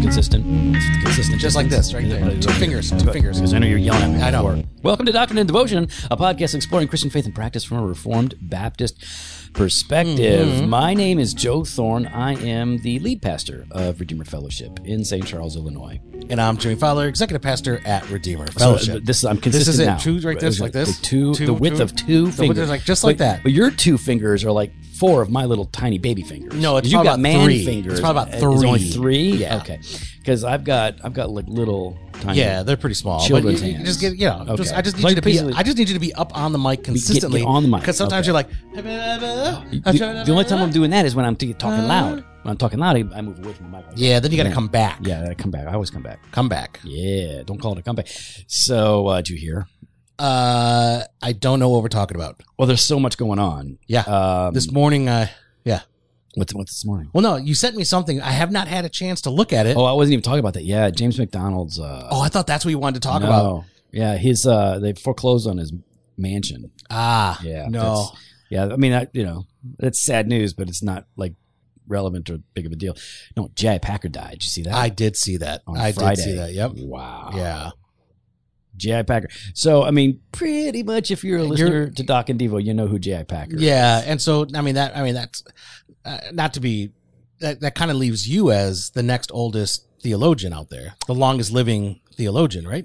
consistent. It's consistent. Just like this, right there. Two fingers, two fingers. Because I know you're yelling at me. I know. before. Welcome to Doctrine and Devotion, a podcast exploring Christian faith and practice from a Reformed Baptist perspective. Mm-hmm. My name is Joe Thorne. I am the lead pastor of Redeemer Fellowship in St. Charles, Illinois. And I'm Jimmy Fowler, executive pastor at Redeemer So uh, Fellowship. this is I'm Oh, This consistent is it. now. Two right there, Right, like this. The two, Two, the width two. of two The width fingers, is like- just like But- that. But your two fingers are like four of my little tiny baby fingers. No, it's you probably got about man three. fingers. It's probably about It's only three. three. Yeah. okay. Because I've got I've got like little tiny. yeah, they're pretty small. but Children's you- you hands. Just get, you know, just, Okay. I just need Like you to be. basically- I just need you to be up on the mic consistently. on the mic. because sometimes Okay. you're like. The, the only time I'm doing that is when I'm t- talking loud. When I'm talking loud, I, I move away from the microphone. Uh-huh. Yeah, then you got to come back. Yeah, I come back. I always come back. come back. Yeah, don't call it a comeback. So, uh, did you hear? Uh, I don't know what we're talking about. Well, there's so much going on. Yeah. Um, this morning, uh, yeah. what's what's this morning? Well, no, you sent me something. I have not had a chance to look at it. Oh, I wasn't even talking about that. Yeah, James McDonald's. Uh, Oh, I thought that's what you wanted to talk no. about. Yeah, his uh, they foreclosed on his mansion. Ah, Yeah, no. that's- Yeah, I mean, I, you know, that's sad news, but it's not like relevant or big of a deal. No, Jay Packer died. Did you see that? I did see that. On I Friday. did see that. Yep. wow. Yeah. J.I. Packer. So, I mean, pretty much if you're a You're- listener to Doc and Devo, you know who J.I. Packer is. Yeah, and so I mean that I mean that's uh, not to be that that kind of leaves you as the next oldest theologian out there, the longest living theologian, right?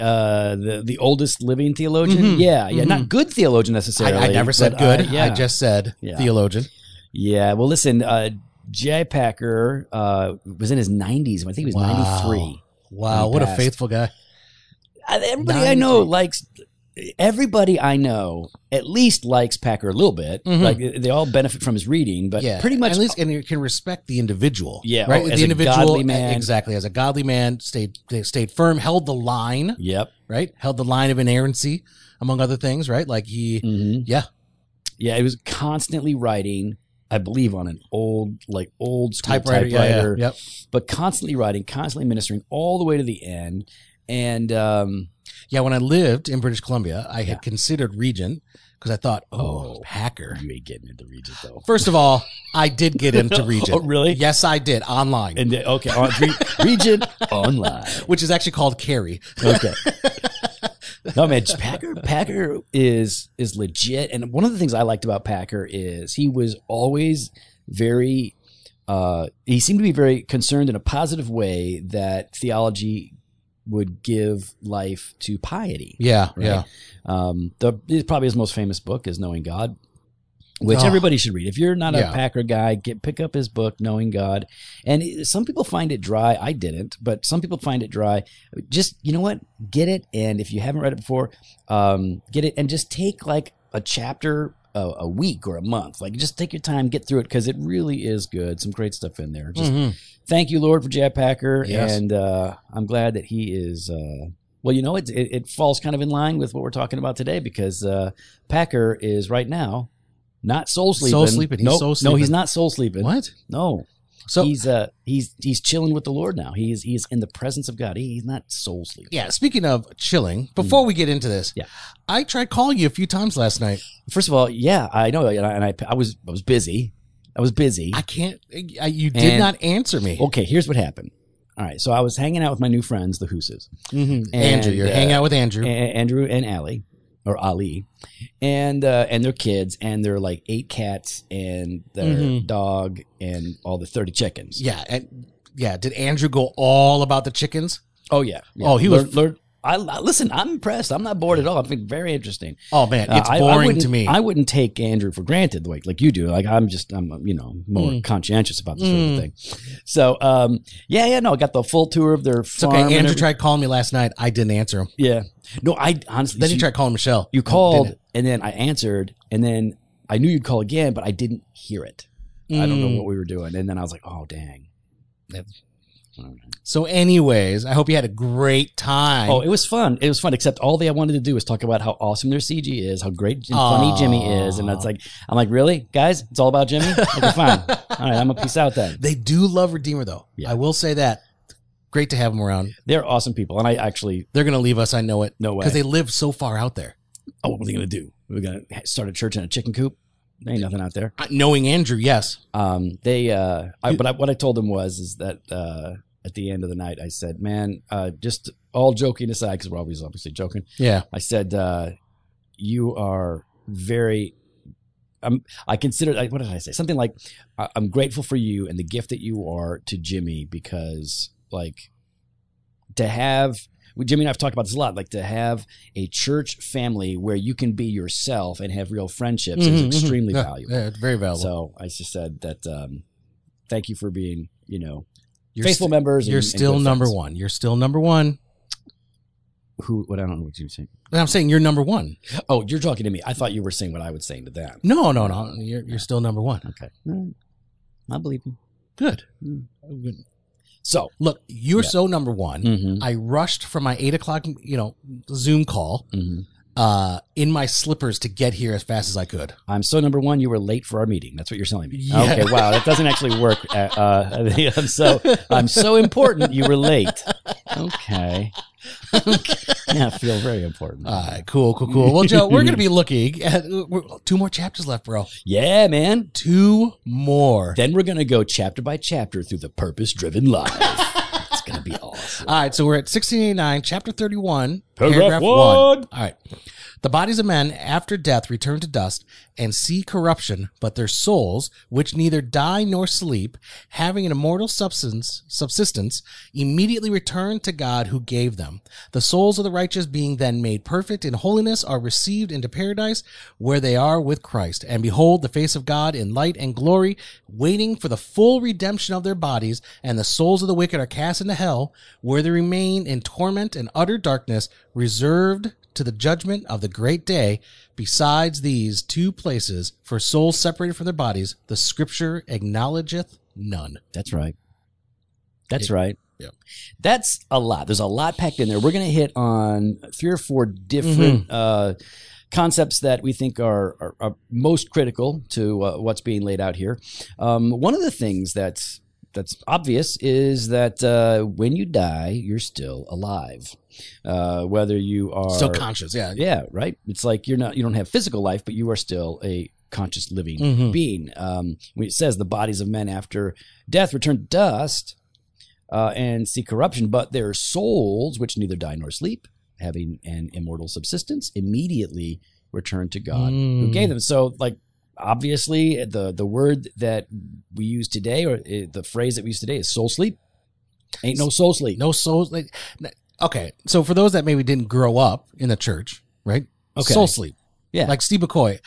Uh, the, the oldest living theologian. Mhm. Yeah, yeah. Mhm. Not good theologian I, necessarily. I never said but good. I- yeah. I just said Yeah. theologian. yeah. Well, listen, uh, J.I. Packer uh, was in his 90s. I think he was Wow. 93. Wow, He what a passed. faithful guy. I- Everybody I know likes. Everybody I know at least likes Packer a little bit. Mhm. Like they all benefit from his reading, but yeah, pretty much At least, and you can respect the individual. Yeah, right. oh, the as a individual, godly man. exactly. As a godly man, stayed they stayed firm, held the line, Yep. right? Held the line of inerrancy, among other things, right? Like he, hmm Mm-hmm. yeah, Yeah, it was constantly writing. I believe on an old, like old school typewriter, yeah, yeah, typewriter, yep. but constantly writing, constantly ministering all the way to the end. And um, Yeah, when I lived in British Columbia, I Yeah. had considered Regent because I thought, oh, Oh. Packer. you ain't getting into Regent though. First of all, I did get into Regent. Oh, really? Yes, I did online, And uh, okay, on, Re- Regent online. which is actually called Carrie. Okay. No man, Packer Packer is is legit. And one of the things I liked about Packer is he was always very uh he seemed to be very concerned in a positive way that theology would give life to piety. Yeah, Right. yeah. Um the it's probably his most famous book is Knowing God, which Oh. everybody should read. If you're not Yeah. a Packer guy, get pick up his book Knowing God. And it- some people find it dry. I didn't, but some people find it dry. Just you know what? Get it and if you haven't read it before, um get it and just take like a chapter a, a week or a month. Like just take your time, get through it cuz it really is good. Some great stuff in there. Just Mhm. thank you, Lord, for Jad Packer, Yes. and uh, I'm glad that he is. Uh, well, you know, it, it it falls kind of in line with what we're talking about today because uh, Packer is right now not soul sleeping. Soul sleeping. He's Nope. soul No, sleeping. he's not soul sleeping. What? No, So he's uh he's he's chilling with the Lord now. He's he's in the presence of God. He, he's not soul sleeping. yeah. Speaking of chilling, before we get into this, Mm. Yeah. I tried calling you a few times last night. First of all, yeah, I know, and I, and I, I was I was busy. I was busy. I can't. eh, I, you did And- not answer me. okay, here's what happened. All right, so I was hanging out with my new friends, the Hooses. Mhm. and, Andrew, you're uh, hanging out with Andrew. A- Andrew and Ali, or Ali, and uh, and their kids, and their like eight cats and their Mhm. dog and all the thirty chickens. yeah, and yeah. Did Andrew go all about the chickens? Oh yeah. yeah. Oh, he Learn- was- learn- I, I- listen. I'm impressed. I'm not bored at all. I think very interesting. Oh man, it's Uh, I- I boring to wouldn't- me. I wouldn't take Andrew for granted like like you do. Like I'm just I'm you know more Mm. conscientious about this sort Mm. of thing. So um yeah yeah no I got the full tour of their It's farm. okay. and Andrew every- tried calling me last night. I didn't answer him. yeah no I honestly Then he she- tried calling Michelle. You Didn't- called, and then I answered, and then I knew you'd call again, but I didn't hear it. I don't Mm. know what we were doing, and then I was like, "Oh, dang!" Yep. All right. So, anyways, I hope you had a great time. Oh, it was fun. It was fun. Except all they I wanted to do was talk about how awesome their CG is, how great and funny Aw. Jimmy is, and it's like, I'm like, really, guys? It's all about Jimmy. Okay, fine. all right, I'm gonna peace out then. they do love Redeemer, though. Yeah. I will say that. Great to have them around. They're awesome people, and I actually They're going to leave us. I know it. no way. Because they live so far out there. oh, what are they gonna do? We're gonna start a church in a chicken coop. There ain't nothing out there. Uh, Knowing Andrew, yes. um, they uh, I, but I, what I told them was is that uh, at the end of the night, I said, "Man, uh, just all joking aside, because we're always obviously joking." Yeah. I said, uh, "You are very." I'm, I consider. I- What did I say? Something like, I- "I'm grateful for you and the gift that you are to Jimmy because, like, to have." we- Jimmy and I've talked about this a lot. Like to have a church family where you can be yourself and have real friendships Mhm, is mhm. extremely Yeah, valuable. Yeah, it's very valuable. So I just said that. Um, thank you for being, you know, you're faithful st- members. and- you're and still good number friends. one. You're still number one. Who? What I don't know what you're saying. And I'm saying you're number one. Oh, you're talking to me. I thought you were saying what I was saying to them. No, no, no. You're, you're still number one. Okay, All right. I believe you. Good. Mm. So, Look, you're Yeah. so number one. mm-hmm, I rushed from my eight o'clock, you know, Zoom call mm-hmm. uh, in my slippers to get here as fast as I could. I'm so number one. You were late for our meeting. That's what you're telling me. Yeah. Okay, wow, that doesn't actually work. Uh, uh, I'm so I'm so important. You were late. Okay. yeah, I feel very important. All right, cool, cool, cool. Well, Joe, we're going to be looking at we're, two more chapters left, bro. yeah, man. Two more. Then we're gonna go chapter by chapter through the purpose-driven life. it's gonna be awesome. All right, so we're at 1689, chapter 31, Paragraph one. All right. The bodies of men after death return to dust and see corruption, but their souls, which neither die nor sleep, having an immortal substance, subsistence, immediately return to God who gave them. The souls of the righteous being then made perfect in holiness are received into paradise where they are with Christ. And behold the face of God in light and glory, waiting for the full redemption of their bodies, and the souls of the wicked are cast into hell where they remain in torment and utter darkness, reserved to the judgment of the great day. Besides these two places, for souls separated from their bodies, the scripture acknowledgeth none. That's right. That's right. yeah. That's a lot. There's a lot packed in there. We're going to hit on three or four different uh, concepts that we think are, are, are most critical to uh, what's being laid out here. Um, one of the things that's that's obvious is that uh, when you die, you're still alive. Uh, whether you are Still conscious, yeah. yeah, right. It's like you're not you don't have physical life, but you are still a conscious living Mhm. being. Um, when it says the bodies of men after death return to dust uh, and see corruption, but their souls, which neither die nor sleep, having an immortal subsistence, immediately return to God who Mm. gave them. So, like, obviously, the the word that we use today, or uh, the phrase that we use today, is soul sleep. Ain't no soul sleep. No souls. Like, n- okay, so for those that maybe didn't grow up in the church, right? Okay. Soul sleep. Yeah. Like Steve McCoy.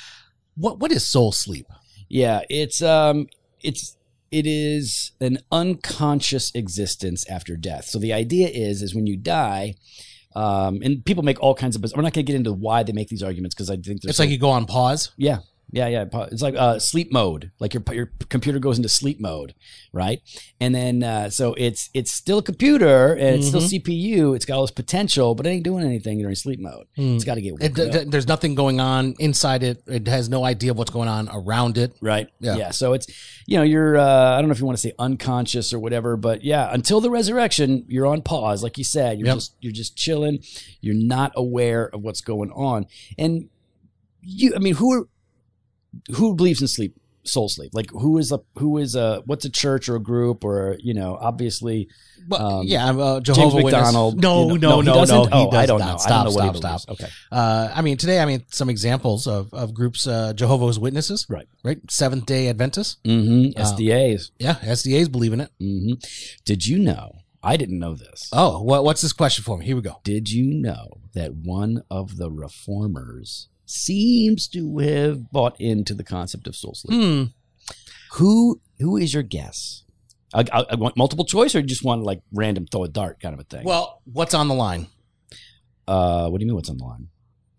What What is soul sleep? Yeah, it's um it's it is an unconscious existence after death. So the idea is is when you die um, and people make all kinds of. We're not going to get into why they make these arguments because I think there's It's like you go on pause. yeah, yeah, yeah. po- It's like uh, sleep mode. Like your your computer goes into sleep mode, right? And then uh, so it's it's still a computer and it's Mm-hmm. still CPU. It's got all this potential, but it ain't doing anything during sleep mode. It's got to get It, woken up. th- there's nothing going on inside it. It has no idea of what's going on around it. Right. Yeah. So it's, you know, you're, uh, I don't know if you want to say unconscious or whatever, but yeah, until the resurrection, you're on pause. Like you said, you're Yep. just, you're just chilling. You're not aware of what's going on. And you, I mean, who are, who believes in sleep, soul sleep? Like who is a, who is a, what's a church or a group or, you you know, obviously But Um, yeah, I'm a James Jehovah Witness. McDonald. No, you he no, no, no, doesn't? he oh, does I don't not. know. Stop, I don't know what stop, he stop. believes. Okay. Uh, I mean, today, I mean, some examples of, of groups, uh, Jehovah's Witnesses, Right. Right. Seventh day Adventists. Mm-hmm. Um, SDAs. Yeah. SDAs believe in it. hmm Did you know? Mm-hmm. I didn't know this. Oh, what, what's this question for me? Here we go. Did you know that one of the reformers seems to have bought into the concept of soul sleep? Hmm. Who who is your guess? I, I, I want multiple choice, or you just want like random throw a dart kind of a thing. Well, what's on the line? uh, what do you mean? What's on the line?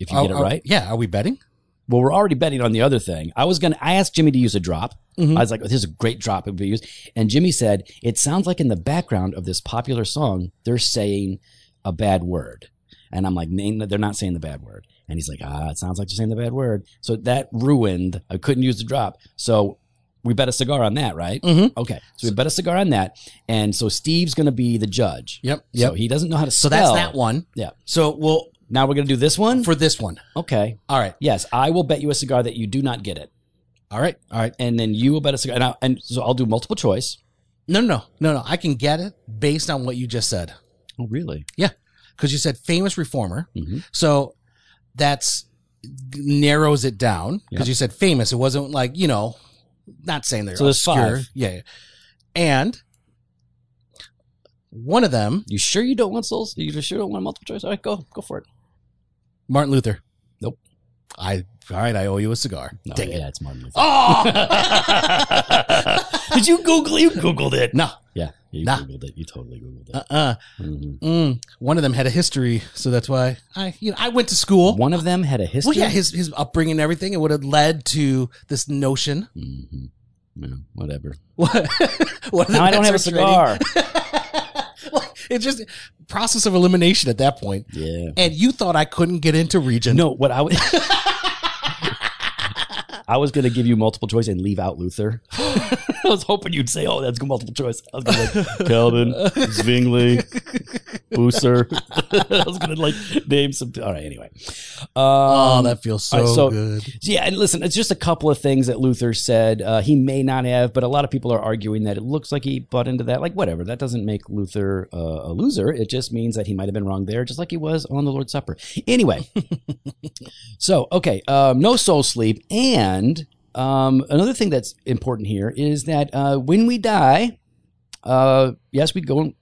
If you Are- get it are- right, Yeah. Are we betting? well, we're already betting on the other thing. I was gonna. I asked Jimmy to use a drop. Mhm. I was like, oh, "This is a great drop if we use." And Jimmy said, "It sounds like in the background of this popular song, they're saying a bad word." And I'm like, "Name that they're not saying the bad word." And he's like, "Ah, it sounds like they're saying the bad word." So that ruined. I couldn't use the drop. So we bet a cigar on that, right? Mhm. Okay, so we bet a cigar on that, and so Steve's going to be the judge. Yep. So Yep. he doesn't know how to So spell. that's that one. Yeah. So we'll, Now we're going to do this one. for this one. okay. All right. Yes, I will bet you a cigar that you do not get it All right. All right. and then you will bet a cigar. And, I, and so I'll do multiple choice, No, no, no, no. I can get it based on what you just said Oh, really? because you said famous reformer. hmm So that's narrows it down because Yeah. you said famous. It wasn't like you know, not saying they're So there's obscure. five. Yeah, yeah. and one of them, You sure you don't want souls? You sure don't want multiple choice? All right, go go for it. Martin Luther. Nope. I all right. I owe you a cigar. No, Dang it. yeah, it's Martin Luther. Oh. Did you Google? You Googled it? no. Yeah, you Nah. Googled it. You totally Googled it. Uh. uh Mhm. Mm. One of them had a history, so that's why I you know I went to school. One of them had a history. Well, yeah, his his upbringing and everything, it would have led to this notion. Mhm. Yeah, whatever. What? what Now I don't have a cigar. Like, it's just process of elimination at that point. yeah. And you thought I couldn't get into region? No, what I was. I was going to give you multiple choice and leave out Luther. I was hoping you'd say, "Oh, that's multiple choice." I was going to like Calvin, Zwingli, Bucer. I was going to like name some. All right, anyway. Um, Oh, that feels so, all right, so- good. so Yeah, and listen, it's just a couple of things that Luther said uh, he may not have, but a lot of people are arguing that it looks like he bought into that. Like, whatever, that doesn't make Luther uh, a loser. It just means that he might have been wrong there, just like he was on the Lord's Supper. Anyway, so okay, um, no soul sleep, and um, another thing that's important here is that uh, when we die, uh, yes, we go. to-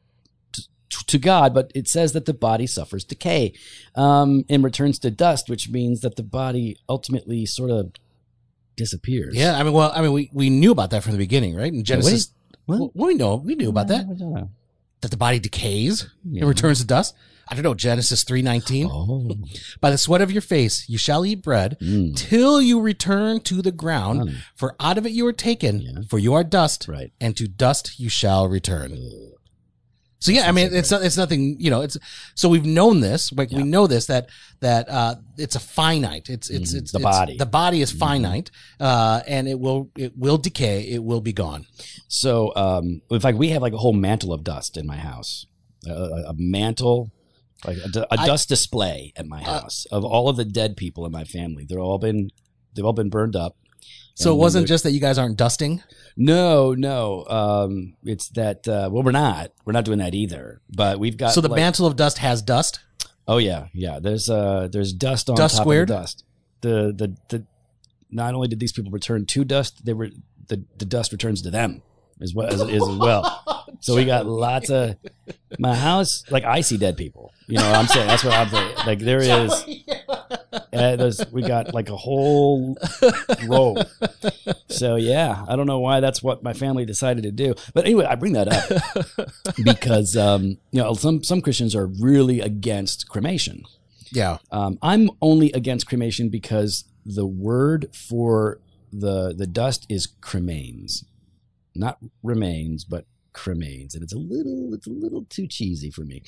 To God, but it says that the body suffers decay um, and returns to dust, which means that the body ultimately sort of disappears. Yeah, I mean, well, I mean, we, we knew about that from the beginning, right? In what Genesis, is- what? well, we know we knew about that that the body decays Yeah. and returns to dust. I don't know Genesis three nineteen. Oh. By the sweat of your face you shall eat bread Mm. till you return to the ground, Mm. for out of it you are taken, Yeah. for you are dust, That's right. and to dust you shall return. So yeah, I That's mean, exactly it's not, it's nothing, you know, it's, so we've known this, like we Yeah. know this, that, that, uh, it's a finite, it's, it's, Mhm. it's The it's- body. the body is Mhm. finite, uh, and it will, it will decay, it will be gone. So, um, in fact, we have like a whole mantle of dust in my house, a, a, a mantle, like a, du- a I- dust display at my Uh, house of all of the dead people in my family. They're all been, they've all been burned up. And So it when wasn't they're- just that you guys aren't dusting. No, no. Um, it's that. Uh, well, we're not. We're not doing that either. But we've got. so the like- mantle of dust has dust. Oh yeah, yeah. There's uh there's dust on Dust top squared? of the dust. The, the the not only did these people return to dust, they were the, the dust returns to them as well as, as well. So we got lots of my house like I see dead people. You know what I'm saying? That's what I'm saying. Like there is uh, there's, we got like a whole row. So yeah, I don't know why that's what my family decided to do. But anyway, I bring that up because um, you know some some Christians are really against cremation. yeah. Um, I'm only against cremation because the word for the the dust is cremains, not remains, but cremains, and it's a little it's a little too cheesy for me.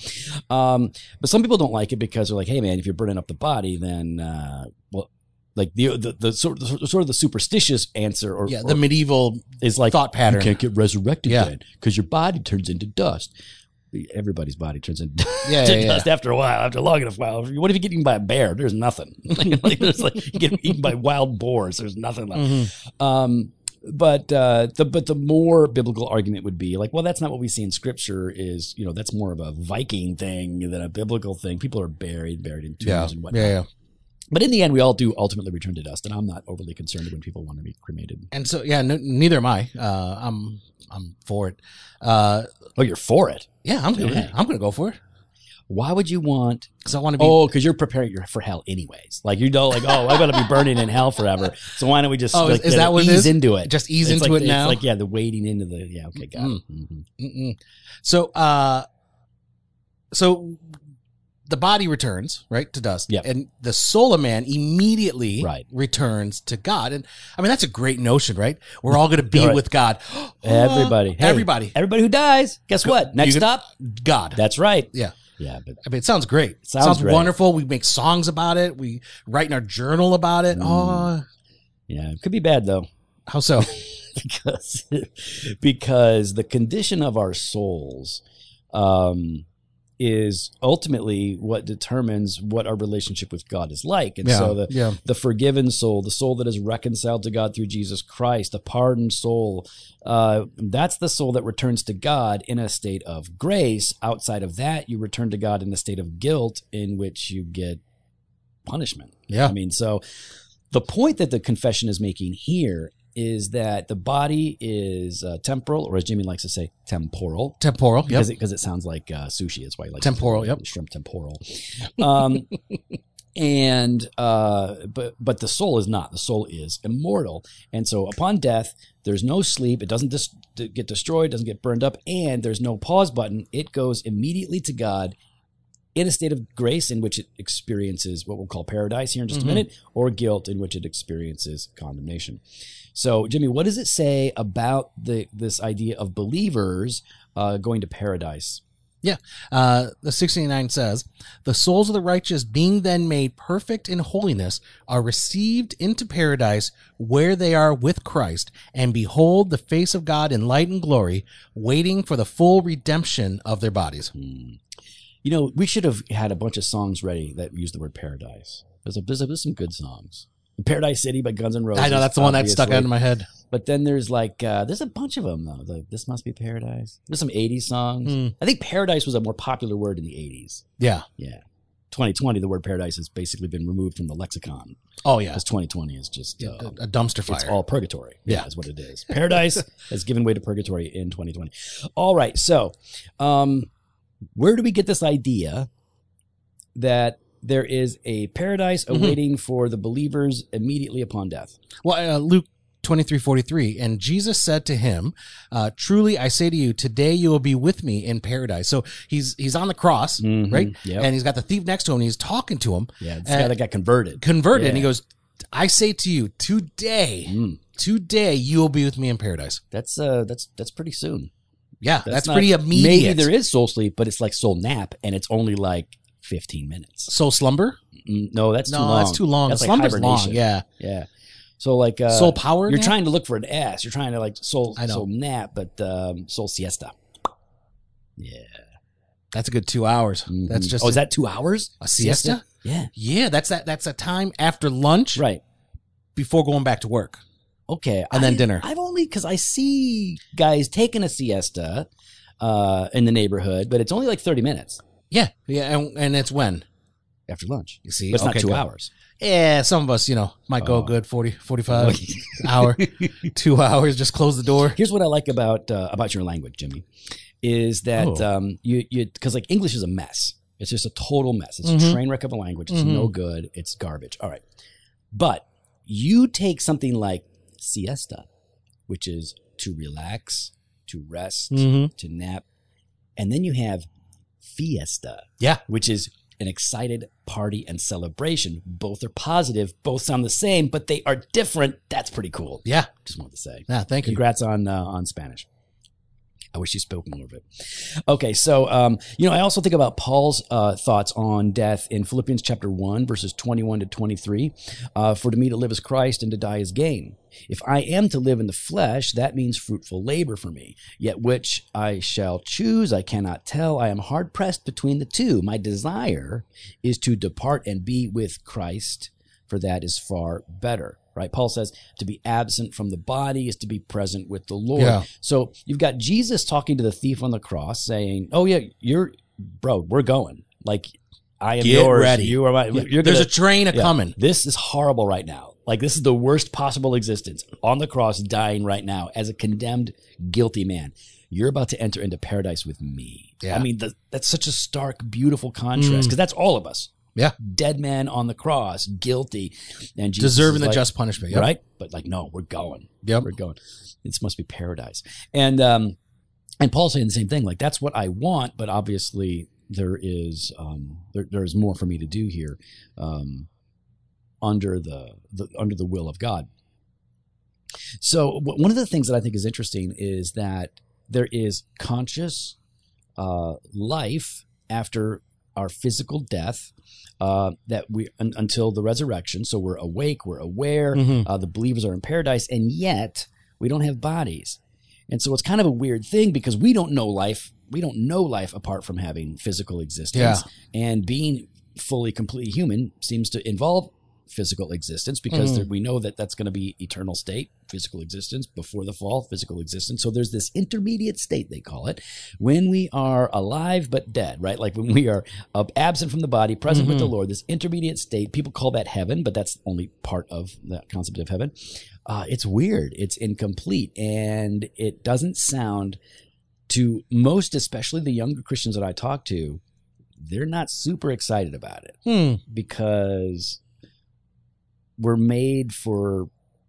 Um, but some people don't like it because they're like, hey man, if you're burning up the body, then uh, well, like the the, the sort the sort of the superstitious answer or, Yeah. or The medieval is like thought you pattern. can't get resurrected Yeah. then because your body turns into dust. Everybody's body turns into dust Yeah. to yeah, yeah. dust after a while, after long enough while. What if you get eaten by a bear? There's nothing. like, there's like you get eaten by wild boars. There's nothing left. Mhm. Um, but uh, the but the more biblical argument would be like, well, that's not what we see in scripture. Is you know that's more of a Viking thing than a biblical thing. People are buried, buried in tombs Yeah. and whatnot. Yeah. Yeah. But in the end, we all do ultimately return to dust, and I'm not overly concerned when people want to be cremated. And so, yeah, no, neither am I. Uh, I'm, I'm for it. Uh, Oh, you're for it. yeah, I'm gonna, Yeah. I'm gonna go for it Why would you want because I want to be. Oh, because you're preparing your, for hell anyways. Like you know, like oh, I'm gonna be burning in hell forever. So why don't we just Oh, like, is- is you know, that what it ease is? into it? Just ease It's into like- it now. Hmm. It's like yeah, the wading into the yeah. Okay, got it. Mhm. Mm-mm. So, uh, so the body returns right to dust, Yep. and the soul of man immediately Right. returns to God. And I mean, that's a great notion, right? We're all gonna be Right. with God. Everybody, Hey, everybody, everybody who dies. Guess what? Next can- stop. God. That's right. Yeah. yeah, but I mean, it sounds great. It Sounds sounds great. wonderful. We make songs about it. We write in our journal about it. Mm. Oh, yeah, it could be bad though. How so? because because the condition of our souls um is ultimately what determines what our relationship with God is like. And yeah, so the yeah. the forgiven soul, the soul that is reconciled to God through Jesus Christ, the pardoned soul. Uh, that's the soul that returns to God in a state of grace. Outside of that, you return to God in the state of guilt, in which you get punishment. Yeah. I mean, so the point that the confession is making here is that the body is uh, temporal, or as Jimmy likes to say, temporal Temporal. Yep. because it, 'cause it sounds like uh, sushi is why I like Temporal, yep. shrimp temporal. Um, and uh, but but the soul is not. The soul is immortal, and so upon death, there's no sleep. It doesn't dis- d- get destroyed, doesn't get burned up, and there's no pause button. It goes immediately to God. In a state of grace in which it experiences what we'll call paradise here in just Mhm. a minute, or guilt in which it experiences condemnation. So, Jimmy, what does it say about the this idea of believers uh, going to paradise? Uh, the 69 says, The souls of the righteous, being then made perfect in holiness, are received into paradise where they are with Christ, and behold the face of God in light and glory, waiting for the full redemption of their bodies. Hmm. You know, we should have had a bunch of songs ready that use the word paradise. There's, a, there's, a- there's some good songs. Paradise City by Guns N' Roses. I know that's the one that stuck out obviously. in my head. But then there's like, uh, there's a bunch of them though. Like, this must be paradise. There's some 80s songs. Hmm. I think paradise was a more popular word in the 80s. Yeah. Yeah. 2020, the word paradise has basically been removed from the lexicon Oh, yeah. because 2020 is just A, uh, a dumpster fire. it's all purgatory. Yeah. is what it is. Paradise has given way to purgatory in 2020. All right, so um, where do we get this idea that there is a paradise Mhm. awaiting for the believers immediately upon death? Well, uh, Luke twenty three forty three, and Jesus said to him, uh, "Truly I say to you, today you will be with me in paradise." So he's he's on the cross, Mhm, right? yep. And he's got the thief next to him. And he's talking to him, Yeah, this Uh, guy that got converted. converted, and he Yeah. goes, "I say to you, today, Mm, today you will be with me in paradise." that's uh, that's that's pretty soon. Yeah, That's that's, not- pretty Maybe immediate. there is soul sleep, but it's like soul nap, and it's only like 15 minutes. soul slumber? Mm, no, that's no, too long. that's too long. That's like Slumber's long. hibernation. Yeah, Yeah. So like uh, soul power. You're nap? trying to look for an S. You're trying to like soul I know. soul nap, but um, soul siesta. Yeah, That's a good two hours. That's Mhm. just oh, a, is that two hours? a siesta? Yeah, Yeah, that's that. That's a time after lunch right. before going back to work. Okay, And then I- dinner. I've only because I see guys taking a siesta uh, in the neighborhood, but it's only like thirty minutes Yeah, yeah, and, and it's when after lunch. you see. But it's not Okay, two good. hours. Yeah, some of us, you know, might go Oh. a good 40, 45 hour, two hours. Just close the door. Here's what I like about uh, about your language, Jimmy, is that Oh. um, you you because like English is a mess. It's just a total mess. It's Mhm. a train wreck of a language. It's Mhm. no good. It's garbage. All right, but you take something like siesta, which is to relax, to rest, Mm-hmm. to nap, and then you have fiesta, Yeah. which is an excited party and celebration. Both are positive. Both sound the same, but they are different. That's pretty cool. Yeah. Just wanted to say. Yeah. Thank you. Congrats on uh, on Spanish. I wish you spoke more of it. Okay, so um, you know, I also think about Paul's uh, thoughts on death in Philippians chapter one, verses twenty-one to twenty-three. Uh, For to me to live is Christ, and to die is gain. If I am to live in the flesh, that means fruitful labor for me. Yet which I shall choose, I cannot tell. I am hard pressed between the two. My desire is to depart and be with Christ, for that is far better. Right? Paul says to be absent from the body is to be present with the Lord. Yeah. So you've got Jesus talking to the thief on the cross, saying, "Oh yeah, you're, bro, we're going. Like, I am Get yours. ready. You are my. You're There's gonna, a train a yeah. coming. This is horrible right now. Like this is the worst possible existence on the cross, dying right now as a condemned, guilty man. You're about to enter into paradise with me. Yeah. I mean, the, that's such a stark, beautiful contrast Mm. because that's all of us. Yeah. dead man on the cross, guilty, and Jesus is Deserving the like, just punishment. Yep. right? But like, no, we're going Yep. we're going. This must be paradise. And um, and Paul's saying the same thing. Like that's what I want, but obviously there is um, there, there is more for me to do here um, under the, the under the will of God. So w- one of the things that I think is interesting is that there is conscious uh, life after our physical death uh, that we un- until the resurrection. So we're awake, we're aware, Mhm. uh, the believers are in paradise, and yet we don't have bodies. And so it's kind of a weird thing because we don't know life we don't know life apart from having physical existence, and being fully completely human seems to involve physical existence because Mhm. there, we know that that's going to be eternal state physical existence before the fall physical existence so there's this intermediate state they call it when we are alive but dead right like when we are uh, absent from the body present with the Mhm. lord this intermediate state people call that heaven but that's only part of the concept of heaven uh, it's weird it's incomplete and it doesn't sound to most especially the younger christians that i talk to they're not super excited about it Hmm. Mm-hmm. because we're made for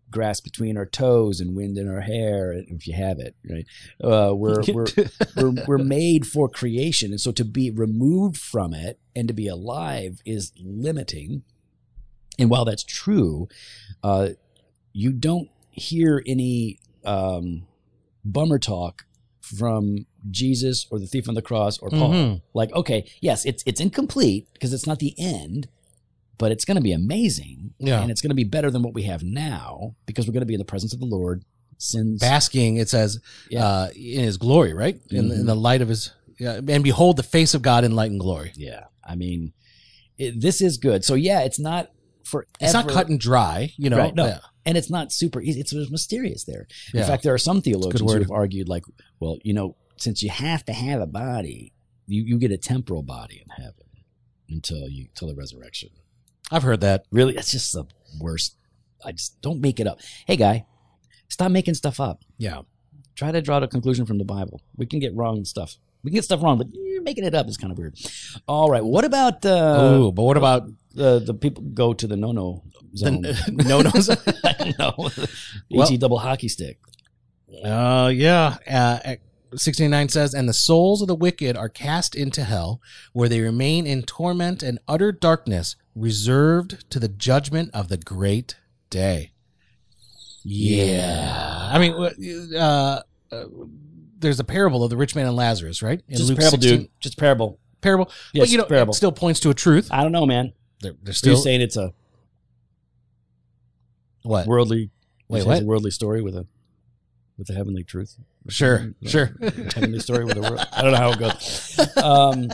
grass between our toes and wind in our hair if you have it right uh, we're, we're, we're, we're made for creation and so to be removed from it and to be alive is limiting and while that's true uh, you don't hear any um, bummer talk from jesus or the thief on the cross or paul Mhm. like okay yes it's it's incomplete because it's not the end but it's going to be amazing Yeah. and it's going to be better than what we have now because we're going to be in the presence of the lord sins basking it says Yeah. uh, in his glory right in, in Mhm. the light of his yeah, and behold the face of god in light and glory yeah i mean it, this is good so yeah it's not for it's not cut and dry you know Right, no. Yeah. and it's not super easy it's sort of mysterious there Yeah. in fact there are some theologians who word. have argued like well you know since you have to have a body you, you get a temporal body in heaven until you until the resurrection i've heard that Really, that's just the worst. I just don't make it up. Hey, guy, stop making stuff up. yeah Try to draw a conclusion from the Bible. We can get wrong stuff. We can get stuff wrong, but you're making it up is kind of weird. All right, what about uh, oh but what about the the people go to the no-no zone? no no's no, Well- ET E double hockey stick. Uh, yeah. Uh, at 69 says, And the souls of the wicked are cast into hell, where they remain in torment and utter darkness, reserved to the judgment of the great day. I mean, wh- uh, uh, there's a parable of the rich man and Lazarus, right? In just parable, 16 dude. Just parable. Parable. Yes, but, you know, parable. it still points to a truth. I don't know, man. They're, they're You're still. saying it's a what? worldly, you're Wait, saying what? It's a worldly story with a with a heavenly truth. Sure, Yeah. sure. heavenly story with a world. I don't know how it goes. Um,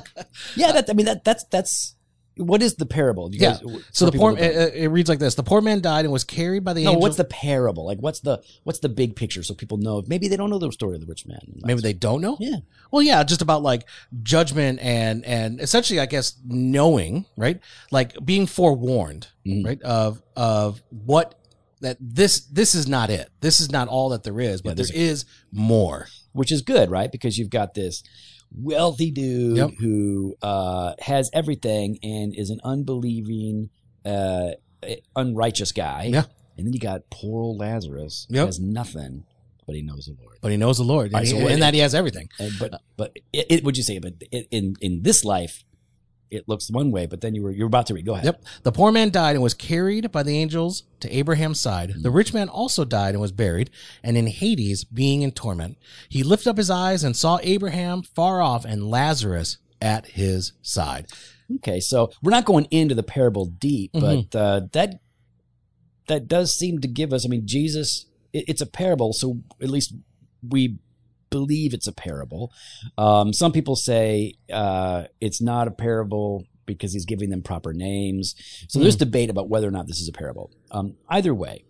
yeah, that, I mean that that's that's what is the parable? You Yeah. guys- So for the poor, people it, that don't- it reads like this: the poor man died and was carried by the no, angel. what's the parable? Like, what's the what's the big picture? So people know. Maybe they don't know the story of the rich man. Maybe they don't know. Yeah. Well, yeah, just about like judgment and and essentially, I guess knowing, right? Like being forewarned, Mhm. right? Of of what that this this is not it. This is not all that there is, Yeah, but there's there is more. which is good, right? Because you've got this wealthy dude Yep. who uh, has everything and is an unbelieving, uh, unrighteous guy. Yeah. And then you got poor old Lazarus who Yep. has nothing, but he knows the Lord. But he knows the Lord, and, he- Isolated. and that he has everything. And, but but it, it would you say? But it, in in this life, it looks one way. But then you were you're about to read. Go ahead. Yep. The poor man died and was carried by the angels to Abraham's side. The rich man also died and was buried, and in Hades, being in torment. He lifted up his eyes and saw Abraham far off and Lazarus at his side. Okay. So we're not going into the parable deep, but uh, that that does seem to give us. I mean, Jesus. It, it's a parable, so at least we believe it's a parable. Um, some people say uh, it's not a parable because he's giving them proper names. So there's debate about whether or not this is a parable. Um, either way,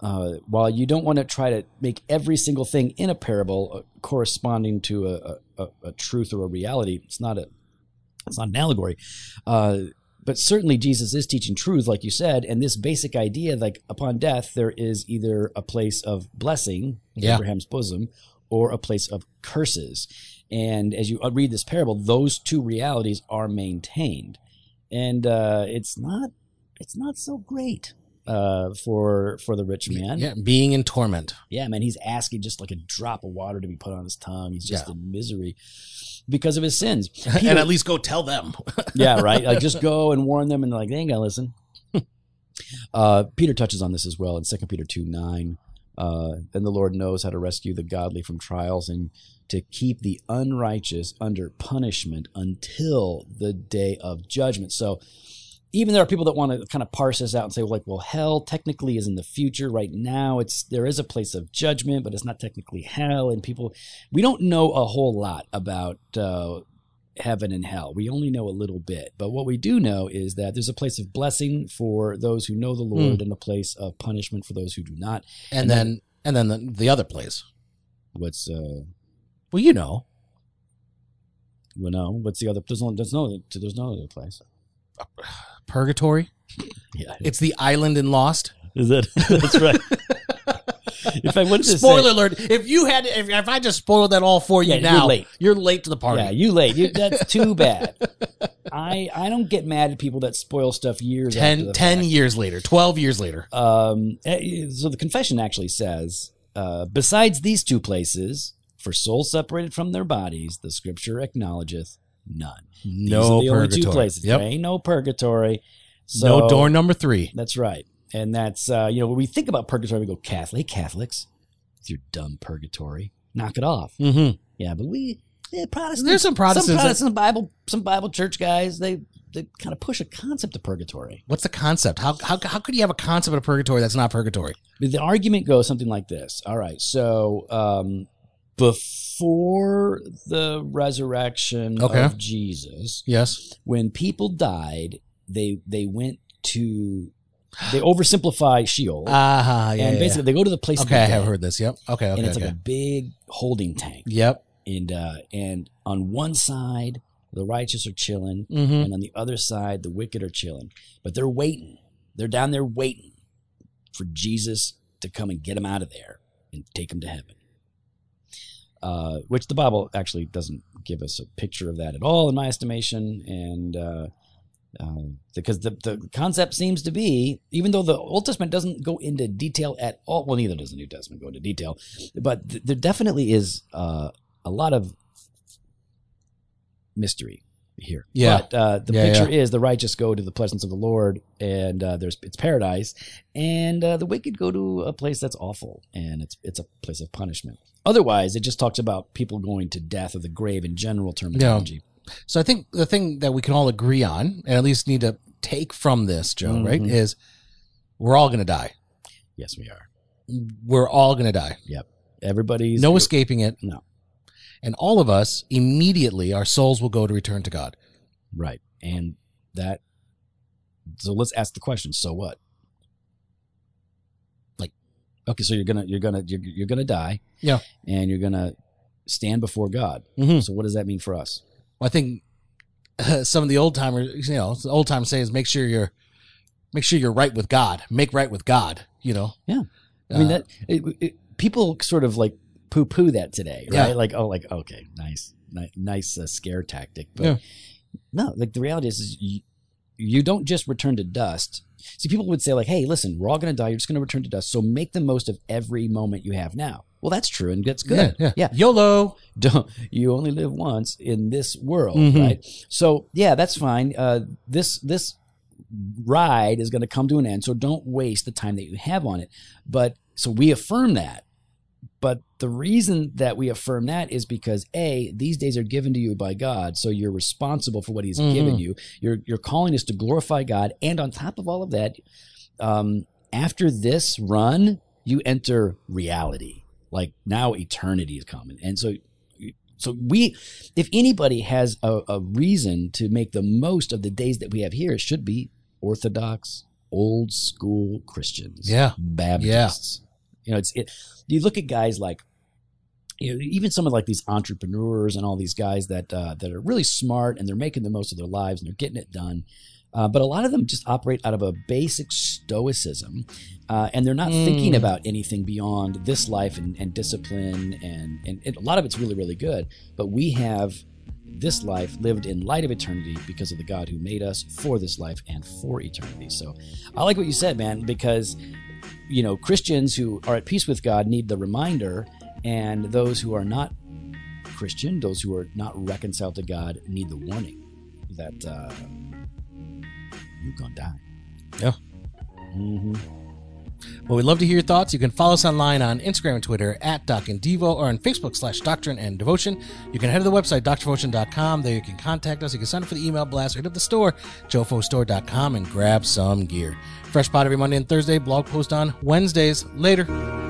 uh, while you don't want to try to make every single thing in a parable uh, corresponding to a, a- a, a truth or a reality, it's not a it's not an allegory. Uh, but certainly Jesus is teaching truth, like you said, and this basic idea, like upon death, there is either a place of blessing, Yeah. Abraham's bosom, or a place of curses. And as you uh, read this parable, those two realities are maintained, and uh, it's not it's not so great uh, for for the rich man. Yeah, being in torment. Yeah, man, he's asking just like a drop of water to be put on his tongue. He's just Yeah. in misery because of his sins. and at least go tell them. yeah, right. Like just go and warn them, and like they ain't gonna listen. uh, Peter touches on this as well in Second Peter two nine. Uh, and the Lord knows how to rescue the godly from trials and to keep the unrighteous under punishment until the day of judgment. So even there are people that want to kind of parse this out and say, well, like, well, hell technically is in the future. Right now, it's there is a place of judgment, but it's not technically hell. And people, we don't know a whole lot about uh, heaven and hell. We only know a little bit. But what we do know is that there's a place of blessing for those who know the Lord and a place of punishment for those who do not. and then and then the, the other place. What's uh, Well, you know, well, no, what's the other? There's no, there's no, there's no other place. purgatory. Yeah, It's the island in Lost. is it? That's right. if I wouldn't Spoiler alert! If you had, if, if I just spoiled that all for you Yeah, you're now, late. you're late to the party. Yeah, you late. You, that's too bad. I I don't get mad at people that spoil stuff years. after Ten, the ten years later, twelve years later. fact. Um, eh, so the confession actually says, uh, besides these two places, for souls separated from their bodies, the Scripture acknowledgeth none. No these are the only purgatory. two places. Yep. There ain't no purgatory. So, no door number three. That's right. And that's uh, you know when we think about purgatory, we go Catholic Catholics. It's your dumb purgatory. Knock it off. Mm-hmm. Yeah, but we yeah, Protestants. There's some Protestants some that- Protestant Bible, some Bible church guys. They they kind of push a concept of purgatory. What's the concept? How, how how could you have a concept of purgatory that's not purgatory? The argument goes something like this. All right, so um, before the resurrection Okay. of Jesus, Yes. when people died, they they went to they oversimplify Sheol, Ah, yeah. and yeah, basically they go to the place. yeah. of okay, the I have dead, heard this. Yep. Okay. Okay. and it's okay. like a big holding tank, yep. and uh, and on one side the righteous are chilling, Mm-hmm. and on the other side the wicked are chilling but they're waiting they're down there waiting for jesus to come and get them out of there and take them to heaven uh, which the bible actually doesn't give us a picture of that at all in my estimation and uh, uh, because the, the concept seems to be, even though the Old Testament doesn't go into detail at all, well, neither does the New Testament go into detail, but th- there definitely is uh, a lot of mystery here. Yeah. But uh, the Yeah, picture is the righteous go to the presence of the Lord, and uh, there's it's paradise, and uh, the wicked go to a place that's awful, and it's it's a place of punishment. Otherwise, it just talks about people going to death or the grave in general terminology. So I think the thing that we can all agree on, and at least need to take from this, Joe, right, Mhm. is we're all gonna die. Yes, we are. We're all gonna die. Everybody's No escaping it. No. And all of us immediately, our souls will go to return to God. Right. And that so let's ask the question, so what? Like okay, so you're going to you're going to you're, you're going to die. Yeah. And you're going to stand before God. Mm-hmm. So what does that mean for us? Well, I think some of the old timers, you know, old time sayings, make sure you're, make sure you're right with God, make right with God. You know, Yeah. I mean Uh, that it, it, people sort of like poo poo that today, right? Yeah. Like oh like okay, nice ni- nice uh, scare tactic, but Yeah. no, like the reality is, is you, you don't just return to dust. See, people would say like, "Hey, listen, we're all going to die. You're just going to return to dust. So make the most of every moment you have now." Well, that's true, and that's good. Yeah, yeah. YOLO. Don't, you only live once in this world, Mhm. right? So, yeah, that's fine. Uh, this this ride is going to come to an end, so don't waste the time that you have on it. But so we affirm that. But the reason that we affirm that is because a these days are given to you by God, so you're responsible for what He's Mhm. given you. Your your calling is to glorify God, and on top of all of that, um, after this run, you enter reality. Like now, eternity is coming, and so so we, if anybody has a, a reason to make the most of the days that we have here, it should be Orthodox, old school Christians, Yeah. Baptists. You know, it's it. You look at guys like. You know, even some of like these entrepreneurs and all these guys that uh, that are really smart and they're making the most of their lives and they're getting it done, uh, but a lot of them just operate out of a basic stoicism, uh, and they're not Mm. thinking about anything beyond this life and, and discipline, and, and and a lot of it's really really good. But we have this life lived in light of eternity because of the God who made us for this life and for eternity. So I like what you said, man, because you know Christians who are at peace with God need the reminder, and those who are not Christian, those who are not reconciled to God, need the warning that. Uh, you're gonna die. Mm-hmm. Yeah. hmm But we'd love to hear your thoughts. You can follow us online on Instagram and Twitter at Doc and Devo or on Facebook slash Doctrine and Devotion. You can head to the website, doctrinevotion.com. There you can contact us. You can sign up for the email blast or hit up the store, jofostore.com, and grab some gear. Fresh pot every Monday and Thursday, blog post on Wednesdays. Later.